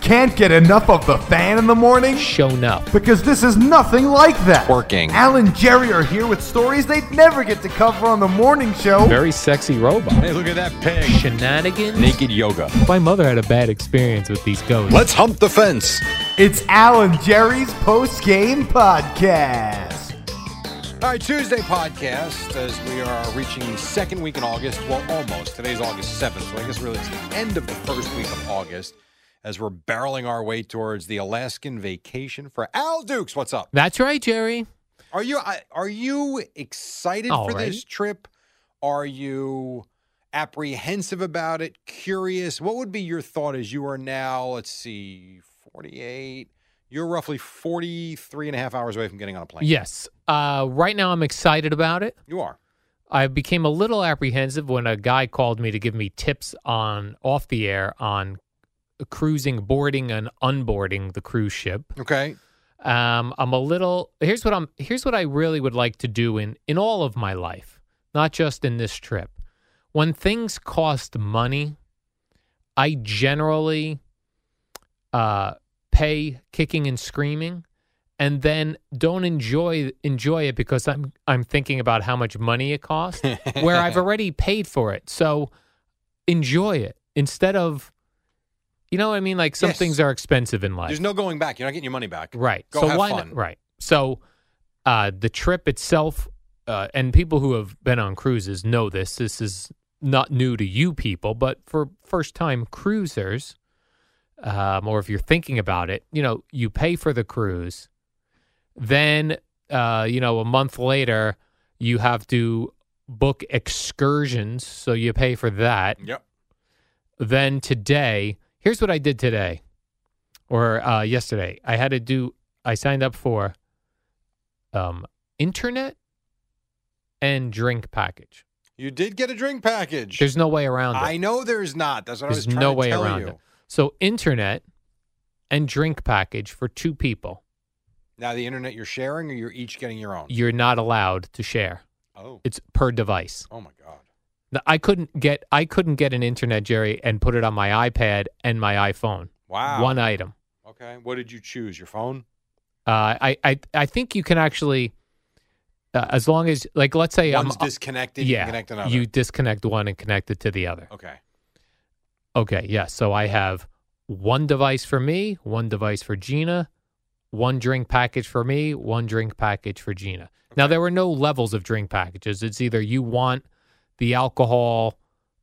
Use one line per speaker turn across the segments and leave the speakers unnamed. Can't get enough of the fan in the morning?
shown up.
Because this is nothing like that.
Working.
Al and Jerry are here with stories they'd never get to cover on the morning show.
Very sexy robot.
Hey, look at that pig.
Shenanigans.
Naked yoga.
My mother had a bad experience with these ghosts.
Let's hump the fence.
It's Al and Jerry's post game podcast.
All right, Tuesday podcast as we are reaching the second week in August. Well, almost. Today's August 7th, so I guess really it's the end of the first week of August as we're barreling our way towards the Alaskan vacation for Al Dukes. What's up?
That's right, Jerry.
Are you I- are you excited
All
for
right.
this trip? Are you apprehensive about it? Curious? What would be your thought as you are now, let's see, 48? You're roughly 43 and a half hours away from getting on a plane.
Yes. Uh, right now, I'm excited about it.
You are.
I became a little apprehensive when a guy called me to give me tips on off the air on cruising, boarding, and unboarding the cruise ship.
Okay.
Um, I'm a little. Here's what I'm. Here's what I really would like to do in in all of my life, not just in this trip. When things cost money, I generally uh, pay kicking and screaming, and then don't enjoy enjoy it because I'm I'm thinking about how much money it cost, where I've already paid for it. So enjoy it instead of, you know, what I mean, like some
Yes.
things are expensive in life.
There's no going back. You're not getting your money back.
Right.
Go
so
have
why
fun.
Not, right. So uh, the trip itself, uh, and people who have been on cruises know this. This is not new to you people, but for first time cruisers, um, or if you're thinking about it, you know, you pay for the cruise, then uh, you know, a month later, you have to book excursions, so you pay for that
Yep.
then today here's what i did today or uh, yesterday i had to do i signed up for um, internet and drink package
You did get a drink package.
there's no way around it
I know there's not. That's what I was
there's
trying
no
to
way
tell
around
you.
it so internet and drink package for two people
Now the internet you're sharing or you're each getting your own?
you're not allowed to share
Oh.
it's per device
Oh my god.
Now, i couldn't get i couldn't get an internet jerry and put it on my ipad and my iphone
Wow.
one item
Okay. What did you choose? Your phone?
Uh, I, I I think you can actually, uh, as long as like let's say
One's
I'm uh,
disconnected. you
yeah
can connect another.
you disconnect one and connect it to the other.
okay.
Okay, yeah. So I have one device for me, one device for Gina, one drink package for me, one drink package for Gina. Now there were no levels of drink packages. It's either you want the alcohol,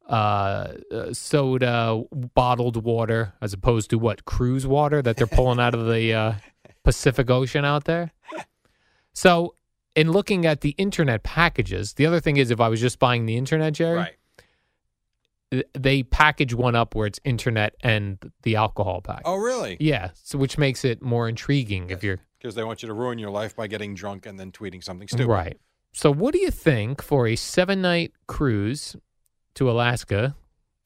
uh, uh, soda, bottled water, as opposed to what cruise water that they're pulling out of the uh, Pacific Ocean out there. So, in looking at the internet packages, the other thing is if I was just buying the internet, Jerry,
Right.
th- they package one up where it's internet and the alcohol pack.
Oh really?
Yeah, so which makes it more intriguing if you're
Because they want you to ruin your life by getting drunk and then tweeting something stupid.
right. So what do you think for a seven night cruise to Alaska?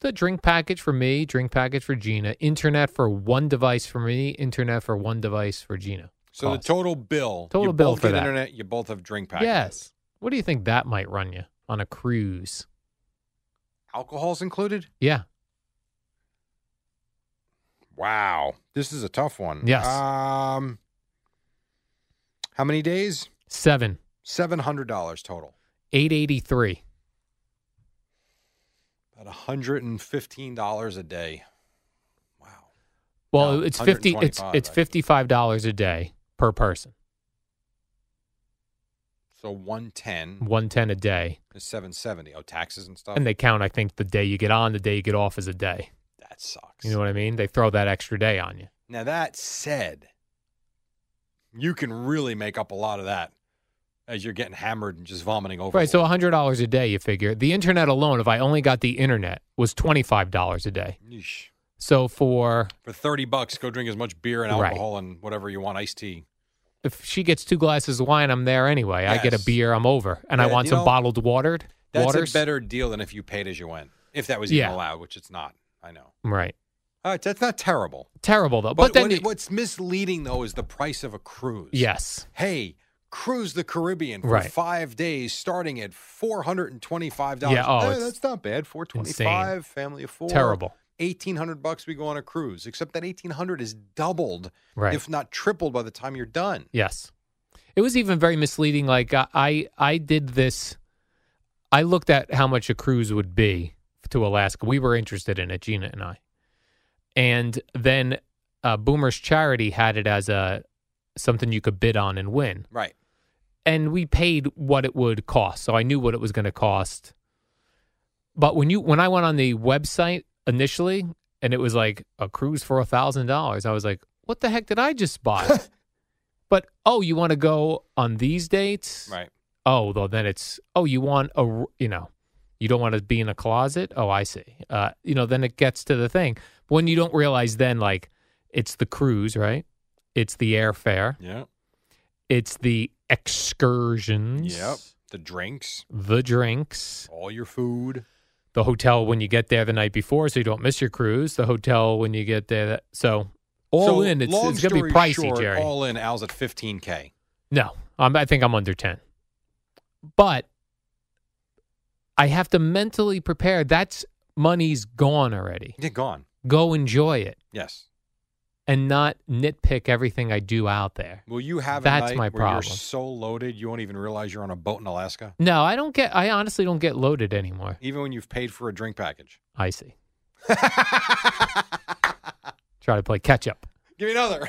The drink package for me, drink package for Gina, internet for one device for me, internet for one device for Gina.
So
Cost.
the total bill.
Total
you
bill
both
for
get
that.
internet. You both have drink packages.
yes. What do you think that might run you on a cruise?
Alcohol's included.
Yeah.
Wow. This is a tough one.
Yes.
Um. How many days?
Seven,
Seven hundred dollars total.
eight eighty three.
About hundred and fifteen dollars a day. Wow.
Well,
No,
it's fifty. It's
125,
it's
I-
fifty five dollars a day per person.
So one ten
One ten a day,
is seven seventy. Oh, taxes and stuff.
and they count. I think the day you get on, the day you get off is a day.
that sucks.
You know what I mean? They throw that extra day on you.
Now that said, you can really make up a lot of that as you're getting hammered and just vomiting over.
Right, so hundred dollars a day, you figure. The internet alone, if I only got the internet, was twenty five dollars a day.
Yeesh.
So for
for thirty bucks, go drink as much beer and
Right.
alcohol and whatever you want, iced tea.
if she gets two glasses of wine, I'm there anyway. I get a
Yes.
beer, I'm over, and I
Yeah,
want
you
some
know,
bottled watered
That's
waters.
a better deal than if you paid as you went, if that was
Yeah.
even allowed, which it's not. I know.
right,
All right, that's not terrible.
terrible though.
But,
But, then,
what-
you-
what's misleading though is the price of a cruise.
yes,
Hey, cruise the Caribbean for
Right.
five days, starting at four hundred and twenty-five dollars. Eh,
Yeah, oh, it's
that's not bad. Four twenty-five, family of four.
terrible.
Eighteen hundred bucks we go on a cruise. Except that eighteen hundred is doubled,
Right.
if not tripled, by the time you're done.
Yes. It was even very misleading. Like I- I, I did this. I looked at how much a cruise would be to Alaska. We were interested in it, Gina and I. And then uh, Boomer's Charity had it as a something you could bid on and win.
Right.
And we paid what it would cost, so I knew what it was going to cost. But when you when I went on the website initially, and it was like a cruise for a thousand dollars, I was like, "What the heck did I just buy?" But oh, you want to go on these dates?
Right.
Oh, well, then it's oh, you want a r- you know, you don't want to be in a closet. Oh, I see. Uh, you know, then it gets to the thing when you don't realize then like it's the cruise, right? It's the airfare.
Yeah.
It's the excursions.
Yep. The drinks,
The drinks,
all your food.
the hotel when you get there the night before, so you don't miss your cruise. The hotel when you get there. That, so all
So,
in, it's,
long
it's gonna be
story
pricey,
short,
Jerry.
All in, Al's at fifteen k.
No, I'm, I think I'm under 10. But I have to mentally prepare. That's money's gone already.
Yeah, gone.
Go enjoy it
Yes.
and not nitpick everything I do out there.
Will you have
That's
a night
my
where you're
problem.
so loaded you won't even realize you're on a boat in Alaska,
No, I don't get, I honestly don't get loaded anymore.
even when you've paid for a drink package?
I see. Try to play catch up.
Give me another.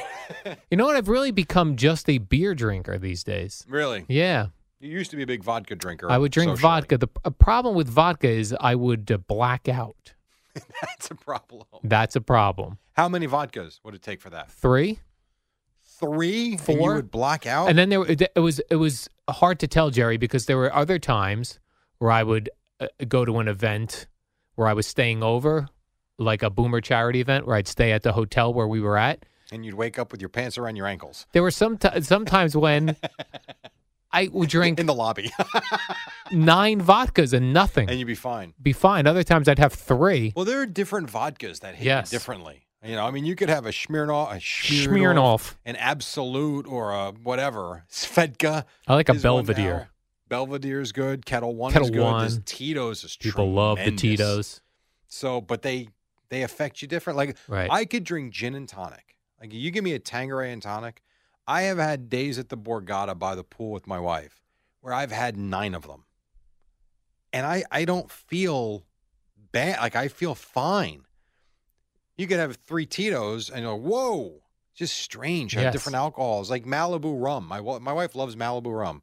You know what? I've really become just a beer drinker these days.
really?
Yeah.
You used to be a big vodka drinker.
I would drink
socially.
vodka. The a problem with vodka is I would uh, black out.
That's a problem.
That's a problem.
How many vodkas would it take for that?
Three?
Three. And you
Four?
would black out.
And then there it it was it was hard to tell Jerry because there were other times where I would uh, go to an event where I was staying over, like a boomer charity event where I'd stay at the hotel where we were at.
and you'd wake up with your pants around your ankles
There were some t- sometimes when I would drink
in the lobby,
nine vodkas and nothing.
and you'd be fine.
be fine. Other times I'd have three.
Well, there are different vodkas that hit
Yes.
you differently. You know, I mean, you could have a Smirnoff, a Smirnoff,
Smirnoff.
an Absolute, or a whatever Svedka.
I like a
is one now.
Belvedere.
Belvedere's good. Kettle One
Kettle
is good. This
One.
Tito's is
People love the
tremendous.
Tito's.
So, but they they affect you different. Like
Right.
I could drink gin and tonic. Like you give me a Tangeray and tonic. I have had days at the Borgata by the pool with my wife where I've had nine of them, and I I don't feel bad. Like I feel fine. You could have three Tito's and you're like, whoa, just strange. Have
Yes.
different alcohols like Malibu rum. My wa- my wife loves Malibu rum.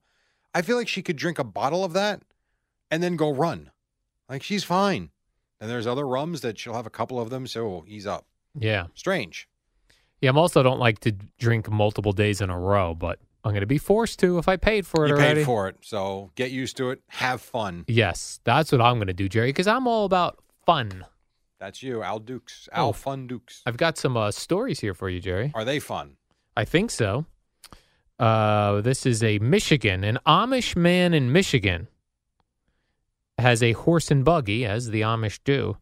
I feel like she could drink a bottle of that and then go run. Like she's fine. And there's other rums that she'll have a couple of them, so he's up.
Yeah.
Strange.
Yeah, I'm also don't like to drink multiple days in a row, but I'm going to be forced to if I paid for it
You
already.
paid for it, so get used to it. Have fun.
Yes, that's what I'm going to do, Jerry, because I'm all about fun.
That's you, Al Dukes. Al
Oh.
Fun Dukes.
I've got some uh, stories here for you, Jerry.
Are they fun?
I think so. Uh, this is a Michigan. An Amish man in Michigan has a horse and buggy, as the Amish do,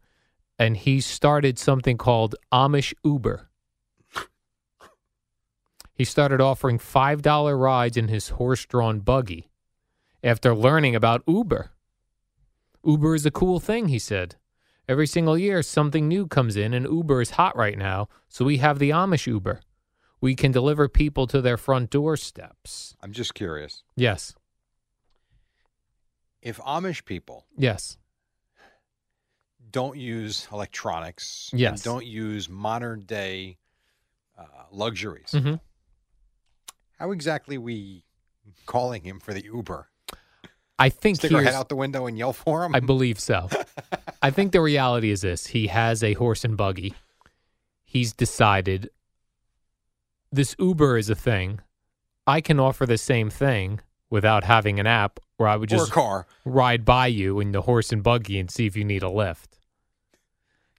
and he started something called Amish Uber. He started offering $5 rides in his horse drawn buggy after learning about Uber. Uber is a cool thing, he said. Every single year, something new comes in, and Uber is hot right now, so we have the Amish Uber. We can deliver people to their front doorsteps.
I'm just curious.
Yes.
If Amish people
Yes.
don't use electronics, and
Yes.
don't use modern day uh, luxuries,
hmm
how exactly we calling him for the Uber?
I think
Stick our head
here's-
out the window and yell for him?
I believe so. I think the reality is this he has a horse and buggy. He's decided this Uber is a thing. I can offer the same thing without having an app where I would
or a
just
car.
ride by you in the horse and buggy and see if you need a lift.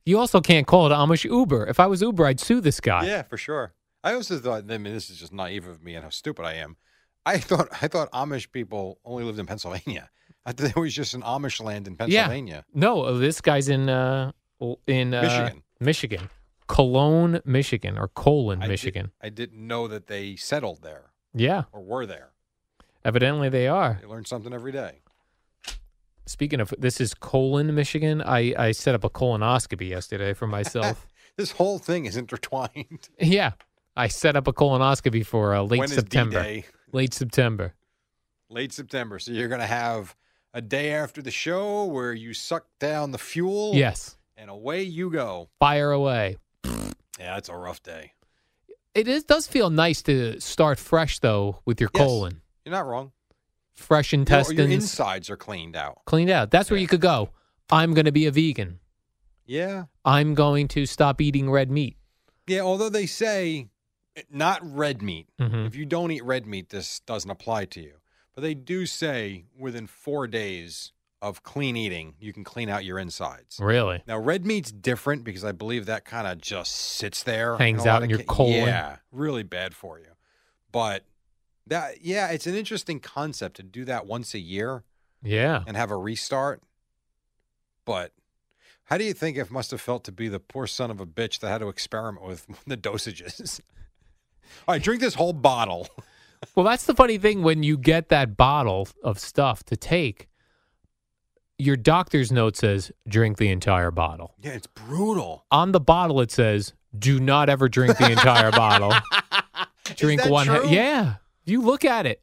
You also can't call it Amish Uber. If I was Uber, I'd sue this guy.
Yeah, for sure. I also thought. I mean, this is just naive of me and how stupid I am. I thought I thought Amish people only lived in Pennsylvania. I thought there was just an Amish land in
Yeah.
Pennsylvania.
No, uh, this guy's in uh l- in uh,
Michigan.
Michigan. Cologne, Michigan or Colon,
I did-
Michigan.
I didn't know that they settled there
Yeah,
or were there.
evidently they are.
They learn something every day.
Speaking of, this is colon, Michigan. I, I set up a colonoscopy yesterday for myself.
This whole thing is intertwined.
yeah, I set up a colonoscopy for uh, late
When is
September.
D-Day?
Late September.
Late September. So you're going to have a day after the show where you suck down the fuel.
Yes,
And away you go.
fire away.
Yeah, it's a rough day.
It is does feel nice to start fresh though with your
Yes.
colon,
You're not wrong.
fresh
Your-
intestines
Your, insides are cleaned out.
cleaned out. That's where you could go. I'm going to be a vegan.
Yeah.
I'm going to stop eating red meat.
Yeah, although they say eh, not red meat.
Mhm.
If you don't eat red meat, this doesn't apply to you. But they do say within four days of clean eating, you can clean out your insides.
Really?
Now, red meat's different because I believe that kind of just sits there,
Hangs
a lot
out in
of
your colon.
Yeah, really bad for you. But that, yeah, it's an interesting concept to do that once a year
Yeah.
and have a restart. But how do you think it must have felt to be the poor son of a bitch that had to experiment with the dosages? All right, drink this whole bottle.
Well, that's the funny thing when you get that bottle of stuff to take, your doctor's note says drink the entire bottle.
Yeah, it's brutal.
On the bottle it says do not ever drink the entire bottle. Drink
that
one. he-
true?
yeah. You look at it.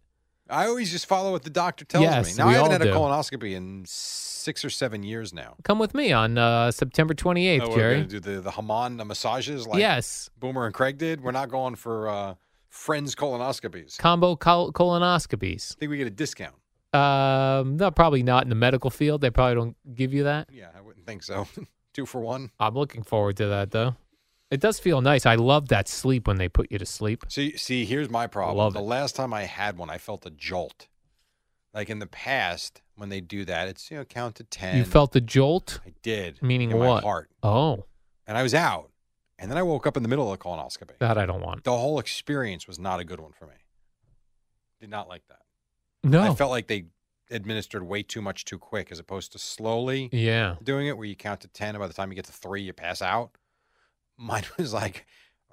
I always just follow what the doctor tells
Yes,
me. Now
we
I haven't
all
had
do.
a colonoscopy in six or seven years now.
Come with me on uh, September 28th,
Oh, we're
Jerry.
gonna do the the Haman massages like
yes.
Boomer and Craig did. We're not going for uh, friends colonoscopies.
Combo col- colonoscopies.
I think we get a discount.
Um, no, probably not in the medical field. They probably don't give you that.
Yeah, I wouldn't think so. Two for one.
I'm looking forward to that though. It does feel nice. I love that sleep when they put you to sleep.
See, see, here's my problem.
Love
the
it.
last time I had one, I felt a jolt. Like in the past, when they do that, it's you know count to ten.
You felt the jolt,
I did.
meaning
in
what?
My heart,
Oh,
and I was out. And then I woke up in the middle of a colonoscopy.
that I don't want.
the whole experience was not a good one for me. Did not like that. I
No.
felt like they administered way too much too quick as opposed to slowly
yeah.
doing it where you count to 10 and by the time you get to 3 you pass out. Mine was like,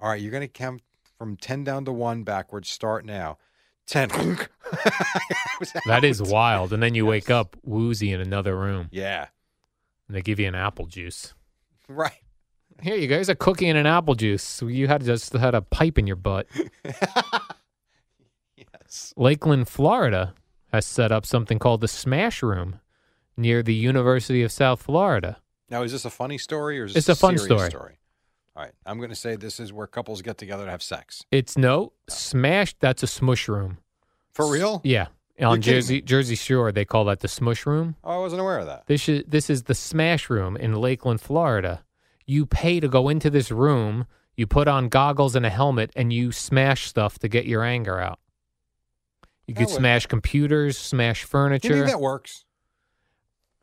"All right, you're going to count from 10 down to 1 backwards. Start now." 10. I was
That is
out.
wild. And then you wake up woozy in another room
Yeah.
and they give you an apple juice.
Right.
Here you go. Here's a cookie and an apple juice. You had just had a pipe in your butt.
Yes.
Lakeland, Florida has set up something called the Smash Room near the University of South Florida.
Now, is this a funny story or is
It's
this
a fun
serious
story.
All right. I'm going to say this is where couples get together to have sex.
It's
Oh.
no smash. That's a smush room.
For real?
Yeah,
You're
on
kidding
Jersey
me.
Jersey Shore, they call that the smush room.
Oh, I wasn't aware of that.
This is this is the smash room in Lakeland, Florida. You pay to go into this room. You put on goggles and a helmet, and you smash stuff to get your anger out. You
That
could
would-
smash computers, smash
Do you
furniture.
think that works?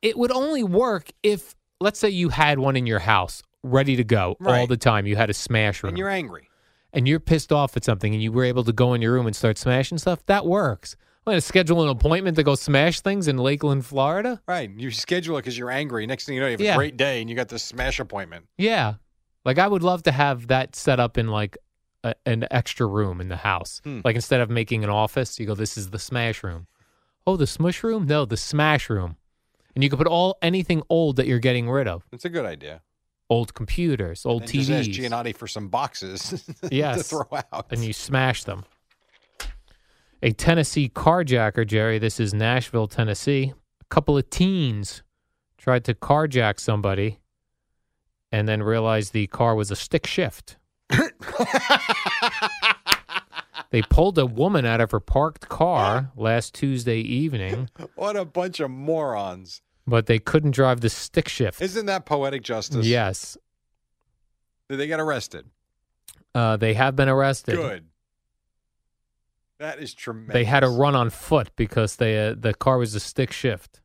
it would only work if, let's say, you had one in your house ready to go all
Right.
the time. You had a smash room,
And you're angry.
and you're pissed off at something and you were able to go in your room and start smashing stuff, that works. I'm going to schedule an appointment to go smash things in Lakeland, Florida.
Right. You schedule it because you're angry. Next thing you know, you have
Yeah.
a great day and you got this smash appointment.
Yeah. Like, I would love to have that set up in like a, an extra room in the house.
Hmm.
Like, instead of making an office, you go, this is the smash room. Oh, the smush room? No, the smash room. And you can put all anything old that you're getting rid of.
It's a good idea.
old computers, old
Then
TVs,
Just ask Giannotti for some boxes to
Yes.
throw out.
and you smash them. A Tennessee carjacker, Jerry, this is Nashville, Tennessee. A couple of teens tried to carjack somebody and then realized the car was a stick shift. they pulled a woman out of her parked car last Tuesday evening,
what a bunch of morons!
but they couldn't drive the stick shift.
Isn't that poetic justice?
Yes.
Did they get arrested?
Uh, they have been arrested.
Good. That is tremendous.
They had to run on foot because they uh, the car was a stick shift.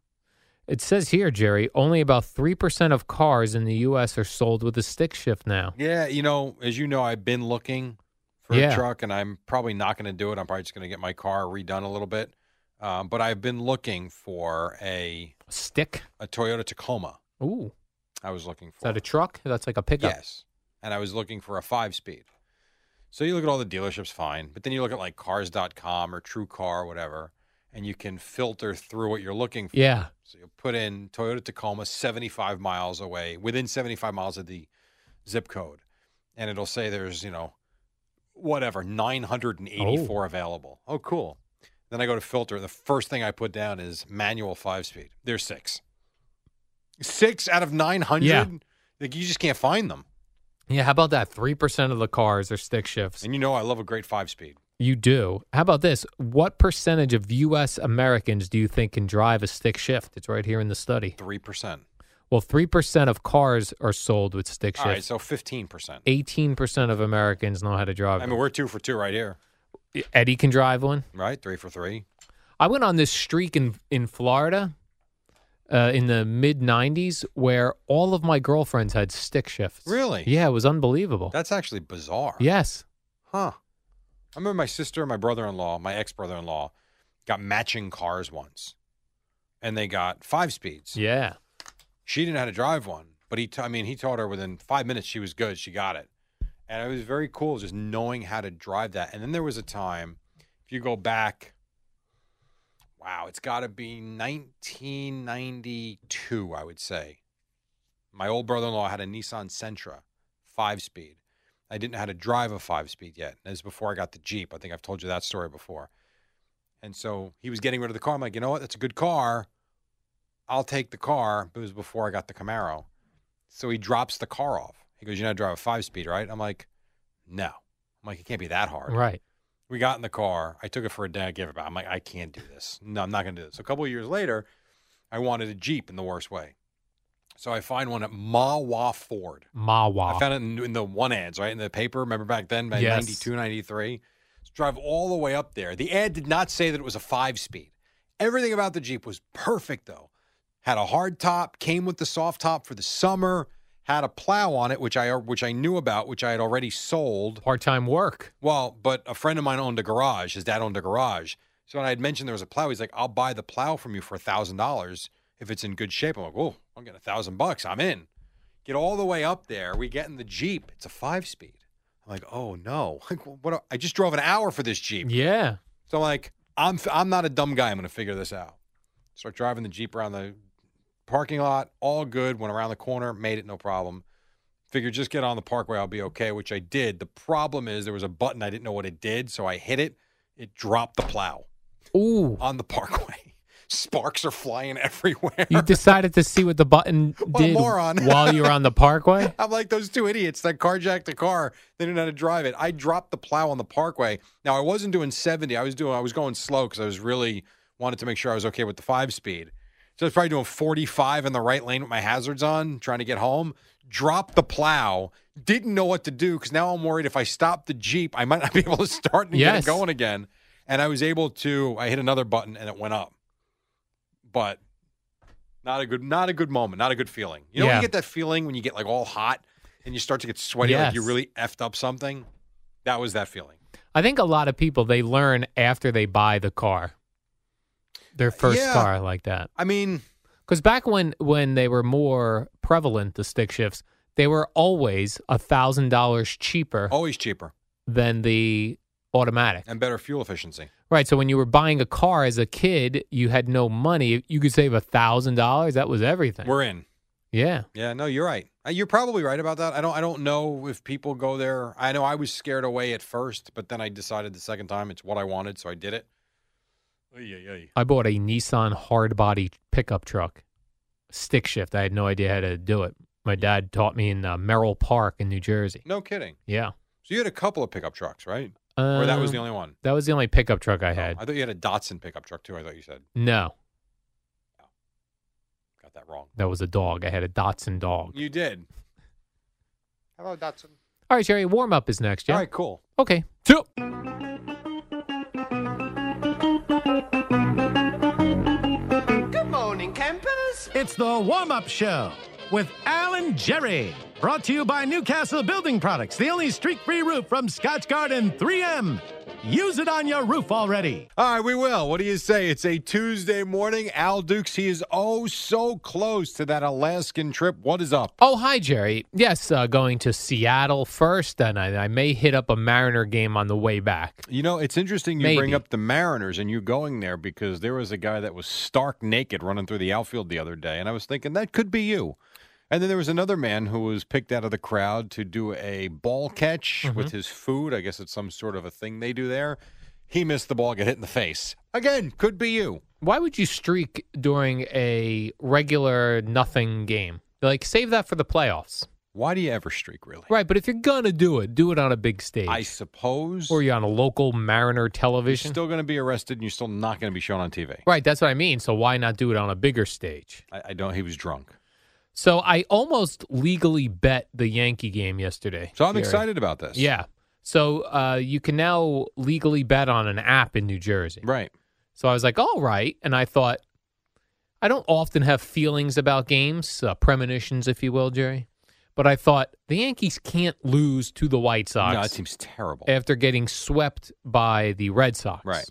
It says here, Jerry, only about three percent of cars in the U.S. are sold with a stick shift now.
Yeah, you know, as you know, I've been looking for a
Yeah.
truck, and I'm probably not going to do it. I'm probably just going to get my car redone a little bit. Um, but I've been looking for a
Stick?
a Toyota Tacoma.
Ooh,
I was looking
is
for.
that a truck? That's like a pickup.
Yes. And I was looking for a five speed. So you look at all the dealerships, fine. But then you look at like cars.com or True Car, whatever, and you can filter through what you're looking for.
Yeah.
So you'll put in Toyota Tacoma 75 miles away, within 75 miles of the zip code. And it'll say there's, you know, whatever, 984 available. Oh, cool. Then I go to filter. The first thing I put down is manual five speed. There's six. Six out of 900?
Yeah.
Like, you just can't find them.
Yeah. How about that? Three percent of the cars are stick shifts.
And you know I love a great five speed.
You do. How about this? What percentage of U.S. Americans do you think can drive a stick shift? It's right here in the study.
Three percent.
Well, three percent of cars are sold with stick
All right,
shifts.
so fifteen percent.
Eighteen percent of Americans know how to drive.
I
them.
mean we're two for two right here.
Eddie can drive one.
Right? Three for three.
I went on this streak in in Florida uh, in the mid '90s where all of my girlfriends had stick shifts.
Really?
Yeah, it was unbelievable.
That's actually bizarre.
yes.
Huh. I remember my sister and my brother in law, my ex brother in law, got matching cars once. And they got five speeds.
Yeah.
She didn't know how to drive one, but he, t- I mean, he taught her within five minutes she was good. She got it. And it was very cool just knowing how to drive that. And then there was a time, if you go back, wow, it's got to be 1992, I would say. My old brother in law had a Nissan Sentra, five speed. I didn't know how to drive a five speed yet. That was before I got the Jeep. I think I've told you that story before. And so he was getting rid of the car. I'm like, you know what? That's a good car. I'll take the car. But it was before I got the Camaro. So he drops the car off. He goes, you know how to drive a five speed, right? I'm like, no. I'm like, it can't be that hard.
Right.
We got in the car. I took it for a day. I gave it back. I'm like, I can't do this. No, I'm not going to do this. A couple of years later, I wanted a Jeep in the worst way. So I find one at Mawa Ford.
Mawa.
I found it in, in the one ads, right? In the paper. Remember back then, by
Yes.
92, 93? Let's drive all the way up there. The ad did not say that it was a five speed. Everything about the Jeep was perfect, though. Had a hard top, came with the soft top for the summer, had a plow on it, which I which I knew about, which I had already sold.
Part-time work.
Well, but a friend of mine owned a garage. His dad owned a garage. So when I had mentioned there was a plow, he's like, I'll buy the plow from you for a thousand dollars if it's in good shape. I'm like, Whoa, I'm getting a thousand bucks. I'm in. Get all the way up there. We get in the Jeep. It's a five speed. I'm like, oh no. Like, what do- I just drove an hour for this Jeep.
Yeah.
So I'm like, I'm I'm not a dumb guy. I'm gonna figure this out. Start driving the Jeep around the parking lot, all good. Went around the corner, made it no problem. Figured just get on the parkway, I'll be okay, which I did. The problem is there was a button I didn't know what it did, so I hit it. It dropped the plow
Ooh.
on the parkway. Sparks are flying everywhere.
You decided to see what the button
What a
did
moron.
while you were on the parkway.
I'm like those two idiots that carjacked the car. They didn't know how to drive it. I dropped the plow on the parkway. Now I wasn't doing 70. I was doing. I was going slow because I was really wanted to make sure I was okay with the five speed. So I was probably doing 45 in the right lane with my hazards on, trying to get home. Dropped the plow. Didn't know what to do because now I'm worried if I stop the jeep, I might not be able to start and get
Yes.
it going again. And I was able to. I hit another button and it went up. But not a good, not a good moment, not a good feeling. You know, when
Yeah.
you get that feeling when you get like all hot and you start to get sweaty, like you
Yes.
really effed up something. That was that feeling.
I think a lot of people they learn after they buy the car. Their first
Yeah.
car like that.
I mean,
Because back when when they were more prevalent, the stick shifts, they were always a thousand dollars cheaper
always cheaper
than the automatic.
and better fuel efficiency.
Right. So when you were buying a car as a kid, you had no money. You could save a thousand dollars. That was everything.
We're in.
Yeah.
Yeah, no, you're right. Uh, You're probably right about that. I don't I don't know if people go there. I know I was scared away at first, but then I decided the second time it's what I wanted, so I did it. Yeah, yeah.
I bought a Nissan hard body pickup truck, stick shift. I had no idea how to do it. My dad taught me in uh, Merrill Park in New Jersey.
No kidding.
Yeah.
So you had a couple of pickup trucks, right? or that was the
Um,
only one.
That was the only pickup truck I
Oh,
had.
I thought you had a Datsun pickup truck too. I thought you said
No,
got that wrong.
that was a dog. I had a Datsun dog.
You did. Hello, Datsun.
All right, Jerry, warm up is next. Yeah.
All right, cool.
Okay. Two.
It's the warm up show with Alan Jerry. Brought to you by Newcastle Building Products, the only streak free roof from Scotch Garden 3M. Use it on your roof already.
All right, we will. What do you say? It's a Tuesday morning. Al Dukes, he is oh so close to that Alaskan trip. What is up?
Oh, hi, Jerry. Yes, uh, going to Seattle first, and I, I may hit up a Mariner game on the way back.
You know, it's interesting you bring
Maybe.
up the Mariners and you going there because there was a guy that was stark naked running through the outfield the other day, and I was thinking that could be you. And then there was another man who was picked out of the crowd to do a ball catch
Mm-hmm.
with his food. I guess it's some sort of a thing they do there. He missed the ball, got hit in the face. Again, could be you.
Why would you streak during a regular nothing game? Like, save that for the playoffs.
Why do you ever streak, really?
Right, but if you're going to do it, do it on a big stage.
I suppose
or you're on a local Mariner
you're
television.
still going to be arrested and you're still not going to be shown on TV.
right, that's what I mean. So why not do it on a bigger stage?
I, I don't. He was drunk.
So I almost legally bet the Yankee game yesterday.
So I'm
Jerry.
excited about this.
Yeah. So uh, you can now legally bet on an app in New Jersey.
Right.
So I was like, all right. And I thought, I don't often have feelings about games, uh, premonitions, if you will, Jerry. But I thought the Yankees can't lose to the White Sox
No, that seems terrible.
after getting swept by the Red Sox.
Right.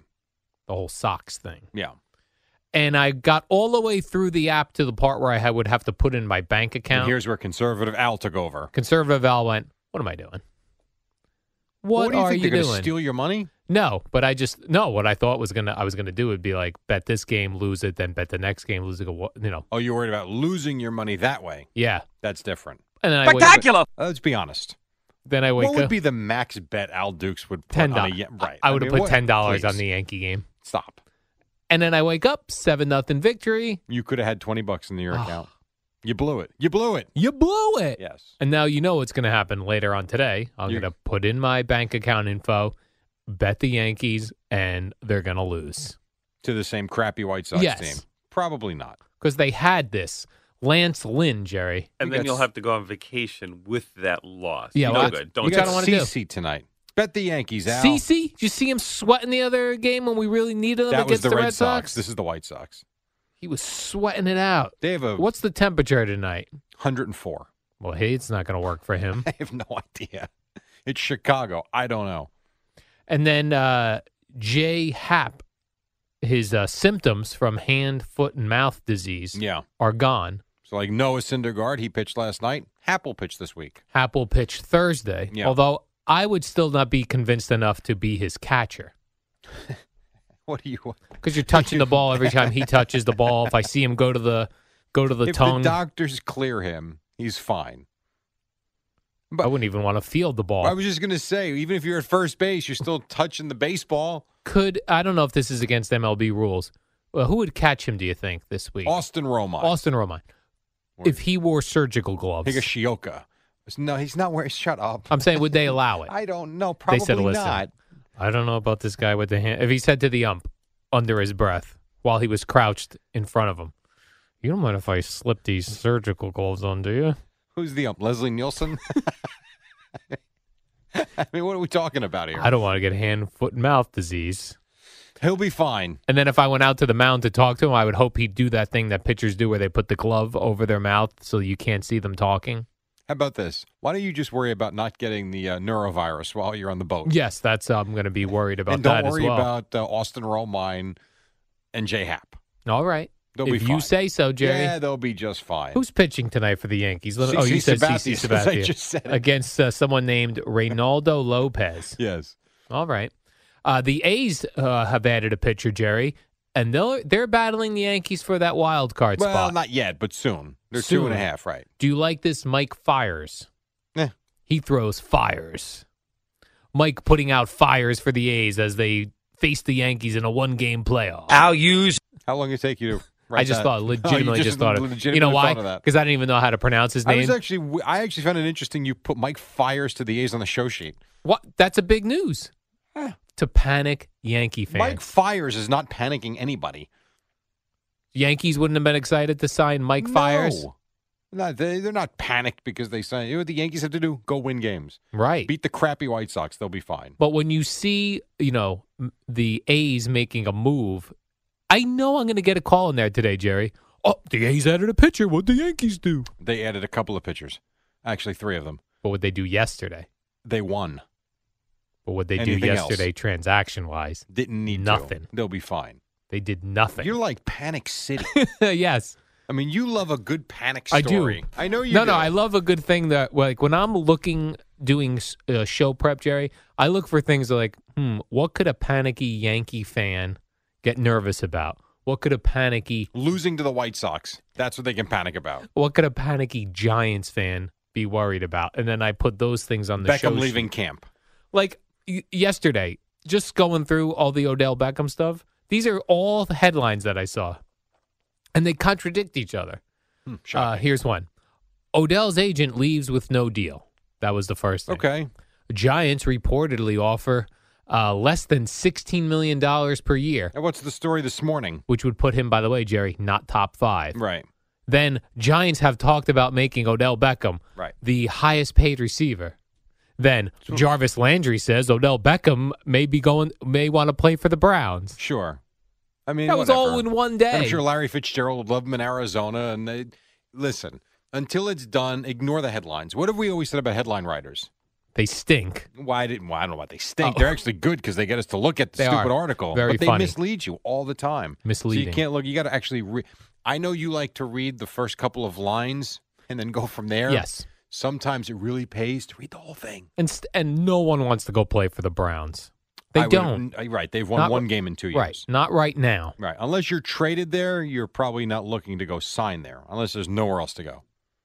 The whole Sox thing.
yeah.
And I got all the way through the app to the part where I had- would have to put in my bank
And
account.
here's where conservative Al took over.
Conservative Al went, what am I doing?
Well,
What,
do you
are
think
you
they're gonna
doing?
Steal your money?
No, but I just no. What I thought was gonna I was gonna do would be like bet this game, lose it, then bet the next game, lose it. go- You know,
Oh, you're worried about losing your money that way.
yeah.
That's different.
And then spectacular. I wake,
Uh, let's be honest.
then I wake
what would
up
be the max bet Al Dukes would put
ten
on
dollars.
a Yan- right?
I, would
mean,
have put
what-
ten dollars on
please,
the Yankee game,
stop.
and then I wake up seven nothing victory.
You could have had twenty bucks in your
Ah.
account. You blew it. You blew it.
You blew it.
Yes.
And now you know what's gonna happen later on today. I'm
You-
gonna put in my bank account info, bet the Yankees, and they're gonna lose
To the same crappy White Sox
Yes.
team. Probably not.
because they had this. Lance Lynn, Jerry.
And
You
then
got
you'll
s-
have to go on vacation with that loss.
Yeah,
no
well,
good.
you
Don't
gotta
do it.
wanna do?
CC tonight. Bet the Yankees Al.
CC, did you see him sweating the other game when we really needed him
That
against
was the,
the
Red,
Red
Sox. This is the White Sox.
He was sweating it out.
They have a
What's the temperature tonight?
104.
Well, hey, it's not going to work for him.
I have no idea. It's Chicago. I don't know.
And then uh, Jay Happ, his uh, symptoms from hand, foot, and mouth disease
Yeah.
are gone.
So like Noah Syndergaard, he pitched last night. Happ will pitch this week.
Happ will pitch Thursday,
Yeah.
although I would still not be convinced enough to be his catcher
What do you?
because you're touching the ball every time he touches the ball. If I see him go to the go to the
if
tongue,
the doctors clear him, he's fine.
I wouldn't even want to field the ball.
I was just gonna say, even if you're at first base, you're still touching the baseball.
could I don't know if this is against MLB rules. Well, who would catch him? Do you think this week?
Austin Romine,
Austin Romine. If he wore surgical gloves,
Higashioka. No, he's not wearing. Shut up.
I'm saying would they allow it?
I don't know. Probably
they said, "Listen,
not.
I don't know about this guy with the hand." If he said to the ump under his breath while he was crouched in front of him, "You don't mind if I slip these surgical gloves on, do you?"
Who's the ump? Leslie Nielsen. I mean, what are we talking about here?
I don't want to get hand, foot, and mouth disease.
He'll be fine.
And then if I went out to the mound to talk to him, I would hope he'd do that thing that pitchers do, where they put the glove over their mouth so you can't see them talking.
How about this? Why don't you just worry about not getting the uh, neurovirus while you're on the boat?
Yes, that's I'm going to be worried about
and don't
that
worry
as well.
about uh, Austin Romine and J Happ.
All right.
They'll
if
be
you
fine.
say so, Jerry.
Yeah, they'll be just fine.
Who's pitching tonight for the Yankees? Let- oh,
CC
you said
Sabathia,
CC
since
Sabathia.
I just said it.
against uh, someone named Reynaldo Lopez.
yes?
All right. Uh, the A's uh, have added a pitcher, Jerry, and they're they're battling the Yankees for that wild card
well,
spot.
not yet, but soon. They're two and a
Soon.
half, right?
Do you like this? Mike fires.
Eh.
He throws fires. Mike putting out fires for the A's as they face the Yankees in a one-game playoff.
How long did it take you to? Write
I just
that?
thought,
Oh, you
legitimately, just, thought of.
legitimately
You know why?
thought of that.
Because I didn't even know how to pronounce his
I
name.
was actually, w- I actually found it interesting. You put Mike Fires to the A's on the show sheet.
What? That's a big news to panic Yankee fans.
Mike Fires is not panicking anybody.
Yankees wouldn't have been excited to sign Mike Fires,
No. No, they, they're not panicked because they signed. You know what the Yankees have to do? Go win games.
right?
Beat the crappy White Sox. They'll be fine.
But when you see, you know, m- the A's making a move, I know I'm going to get a call in there today, Jerry. Oh, the A's added a pitcher. What'd the Yankees do?
They added a couple of pitchers, actually three of them.
What would they do yesterday?
They won.
What would they do
Anything else?
yesterday, transaction wise?
Didn't need to.
Nothing.
They'll be fine.
They did nothing.
You're like Panic City.
yes,
I mean, you love a good panic
I
story.
do.
I know you.
no,
do.
no. I love a good thing that like when I'm looking doing s- uh, show prep, Jerry. I look for things like, hmm, what could a panicky Yankee fan get nervous about? What could a panicky
losing to the White Sox. That's what they can panic about.
what could a panicky Giants fan be worried about? And then I put those things on the show.
Beckham
sheet.
leaving camp.
Like y- yesterday, just going through all the Odell Beckham stuff. These are all the headlines that I saw, and they contradict each other. Uh,
Shocking.
here's one: Odell's agent leaves with no deal. That was the first thing.
okay.
Giants reportedly offer uh, less than sixteen million dollars per year,
And what's the story this morning?
which would put him, by the way, Jerry, not top five.
Right.
Then Giants have talked about making Odell Beckham
Right.
the highest paid receiver. Then Jarvis Landry says Odell Beckham may be going may want to play for the Browns.
Sure. I mean,
That was
whatever.
all in one day.
I'm sure Larry Fitzgerald would love him in Arizona. And they, listen, until it's done, ignore the headlines. What have we always said about headline writers?
They stink.
Why didn't? Well, I don't know why they stink.
Oh.
They're actually good because they get us to look at the
They
stupid
are.
article,
Very
but they
funny.
mislead you all the time. So
Misleading.
you can't look. You got to actually. Re- I know you like to read the first couple of lines and then go from there.
Yes.
Sometimes it really pays to read the whole thing.
And st- and no one wants to go play for the Browns. They
I would-
don't.
n- Right. They've won
Not-
one game in two years.
Right. Not right now.
Right. Unless you're traded there, you're probably not looking to go sign there, unless there's nowhere else to go.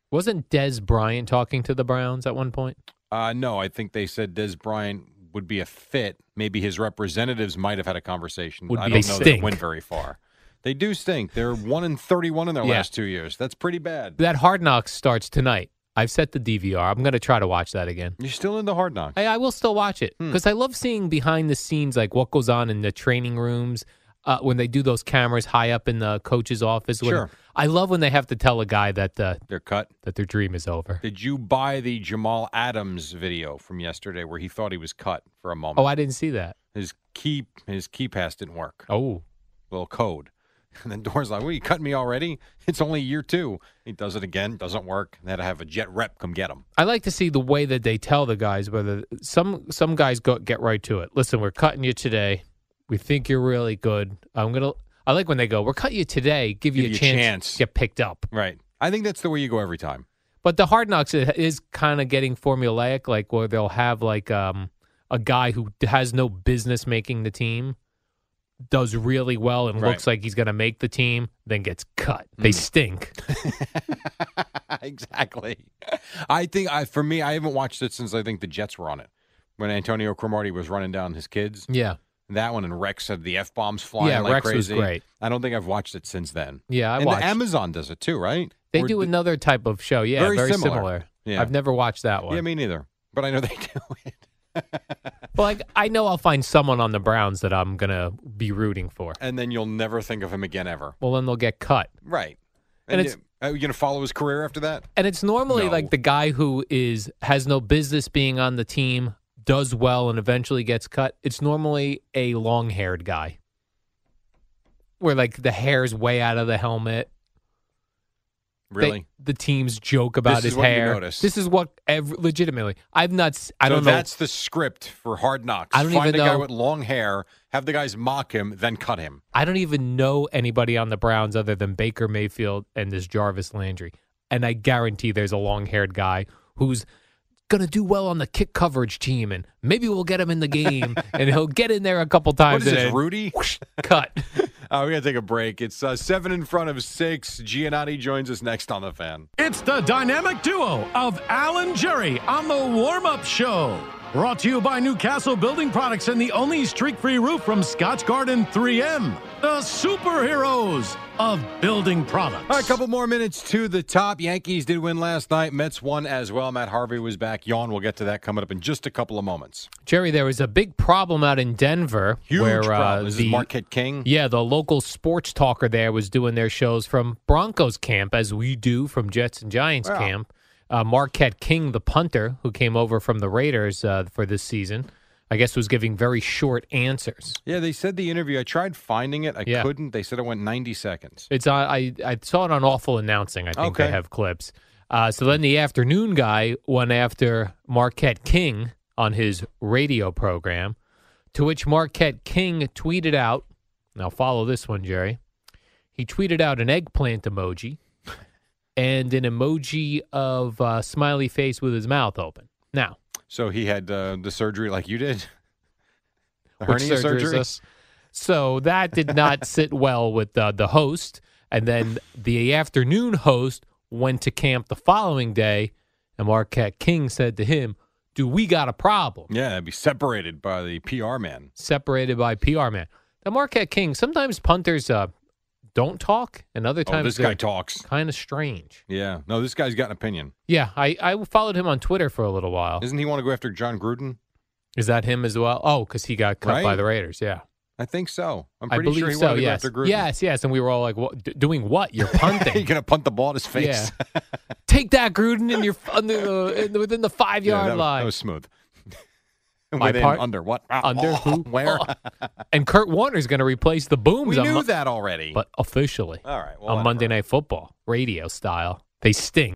Wasn't Des Bryant talking to the Browns at one point?
Uh, no, I think they said Des Bryant would be a fit. Maybe his representatives might have had a conversation.
Would
I
be-
don't
They
know that it
stink.
went very far. They do stink. They're one in thirty-one in their
Yeah.
last two years. That's pretty bad.
That Hard Knocks starts tonight. I've set the DVR. I'm going to try to watch that again.
You're still in the hard knock.
I, I will still watch it
Hmm.
because I love seeing behind the scenes, like what goes on in the training rooms uh, when they do those cameras high up in the coach's office. When,
Sure.
I love when they have to tell a guy that uh,
They're cut.
that their dream is over.
Did you buy the Jamal Adams video from yesterday where he thought he was cut for a moment?
Oh, I didn't see that.
his key his key pass didn't work.
Oh,
little code. And then Doran's like, Well, you cut me already? It's only year two. He does it again, doesn't work. And then I have a jet rep come get him.
I like to see the way that they tell the guys whether some some guys go get right to it. Listen, we're cutting you today. We think you're really good. I'm gonna. I like when they go, "We're cutting you today. Give, you a chance,
chance."
to get picked up."
Right. I think that's the way you go every time.
But the hard knocks i- is kind of getting formulaic, like where they'll have like um, a guy who has no business making the team, does really well and
Right. Mm.
looks like he's going to make the team, then gets cut. They stink.
exactly. I think I for me, I haven't watched it since I think the Jets were on it. When Antonio Cromartie was running down his kids.
yeah,
That one and Rex had the F bombs flying
Yeah,
like
Rex was
crazy.
great.
I don't think I've watched it since then.
yeah. I
and
watched.
the Amazon does it too, right?
they
Or
do
the-
another type of show. Yeah,
Very
very,
similar.
similar.
Yeah.
I've never watched that one.
Yeah, me neither. But I know they do it.
but like, I know I'll find someone on the Browns that I'm going to be rooting for.
And then you'll never think of him again ever.
Well, then they'll get cut.
Right.
And
And,
it's-
you- are you going to follow his career after that?
And it's normally
No.
like the guy who is has no business being on the team, does well, and eventually gets cut. It's normally a long haired guy, where like the hair's way out of the helmet. They-
Really?
the teams joke about
is
his
what you
hair.
notice.
This is what ev legitimately. I've not. s- I
so
don't know.
That's the script for Hard Knocks.
I don't
Find
even
a guy
know-
with long hair, have the guys mock him, then cut him.
I don't even know anybody on the Browns other than Baker Mayfield and this Jarvis Landry. And I guarantee there's a long haired guy who's going to do well on the kick coverage team. And maybe we'll get him in the game. and he'll get in there a couple
What
times
is
and
this,
then
Rudy?
cut.
Uh, we got to take a break. It's uh, seven in front of six. Giannotti joins us next on The Fan.
It's the dynamic duo of Alan Jerry on the warm up show. Brought to you by Newcastle Building Products and the only streak free roof from Scotch Garden 3M. The superheroes of building products.
All right, a couple more minutes to the top. Yankees did win last night. Mets won as well. Matt Harvey was back. Yawn. We'll get to that coming up in just a couple of moments.
Jerry, there was a big problem out in Denver
Huge
where
problem.
Uh,
This is
the
Marquette King.
Yeah, the local sports talker there was doing their shows from Broncos camp, as we do from Jets and Giants
Yeah.
camp. Uh, Marquette King, the punter who came over from the Raiders uh, for this season, I guess was giving very short answers.
Yeah, they said the interview. I tried finding it. I
Yeah.
couldn't. They said it went 90 seconds.
It's on, I I saw it on Awful Announcing. I think
Okay.
they have clips. Uh, so then the afternoon guy went after Marquette King on his radio program, to which Marquette King tweeted out. Now follow this one, Jerry. He tweeted out an eggplant emoji and an emoji of uh, smiley face with his mouth open. Now,
So he had uh, the surgery like you did. The
Which surgery
hernia
is
surgery.
this? So that did not sit well with uh, the host. And then the afternoon host went to camp the following day, and Marquette King said to him, Do we got a problem?
Yeah, that'd be separated by the PR man.
Separated by PR man. Now, Marquette King, sometimes punters uh, don't talk, and other
Oh,
times
this guy talks.
kind of strange.
Yeah. No, this guy's got an opinion.
Yeah, I, I followed him on Twitter for a little while. Is,
Doesn't he want to go after John Gruden?
that him as well? Oh, because he got cut by
Right?
the Raiders. Yeah.
I think so. I'm
I
pretty
believe
sure he
so,
wanted to go
yes.
after Gruden.
Yes, yes. And we were all like, what, d- doing what? You're
He's
punting.
gonna punt the ball at his face.
Yeah. Take that, Gruden, in your under the, in the- within the five
Yeah,
yard
that, was-
line.
that was smooth.
My
Within,
part-
under what?
under who?
Where?
and Kurt Warner's going to replace the booms.
we
on
knew
Mo-
that already.
but officially
All right. Well,
on
whatever.
Monday Night Football, radio style, they sting.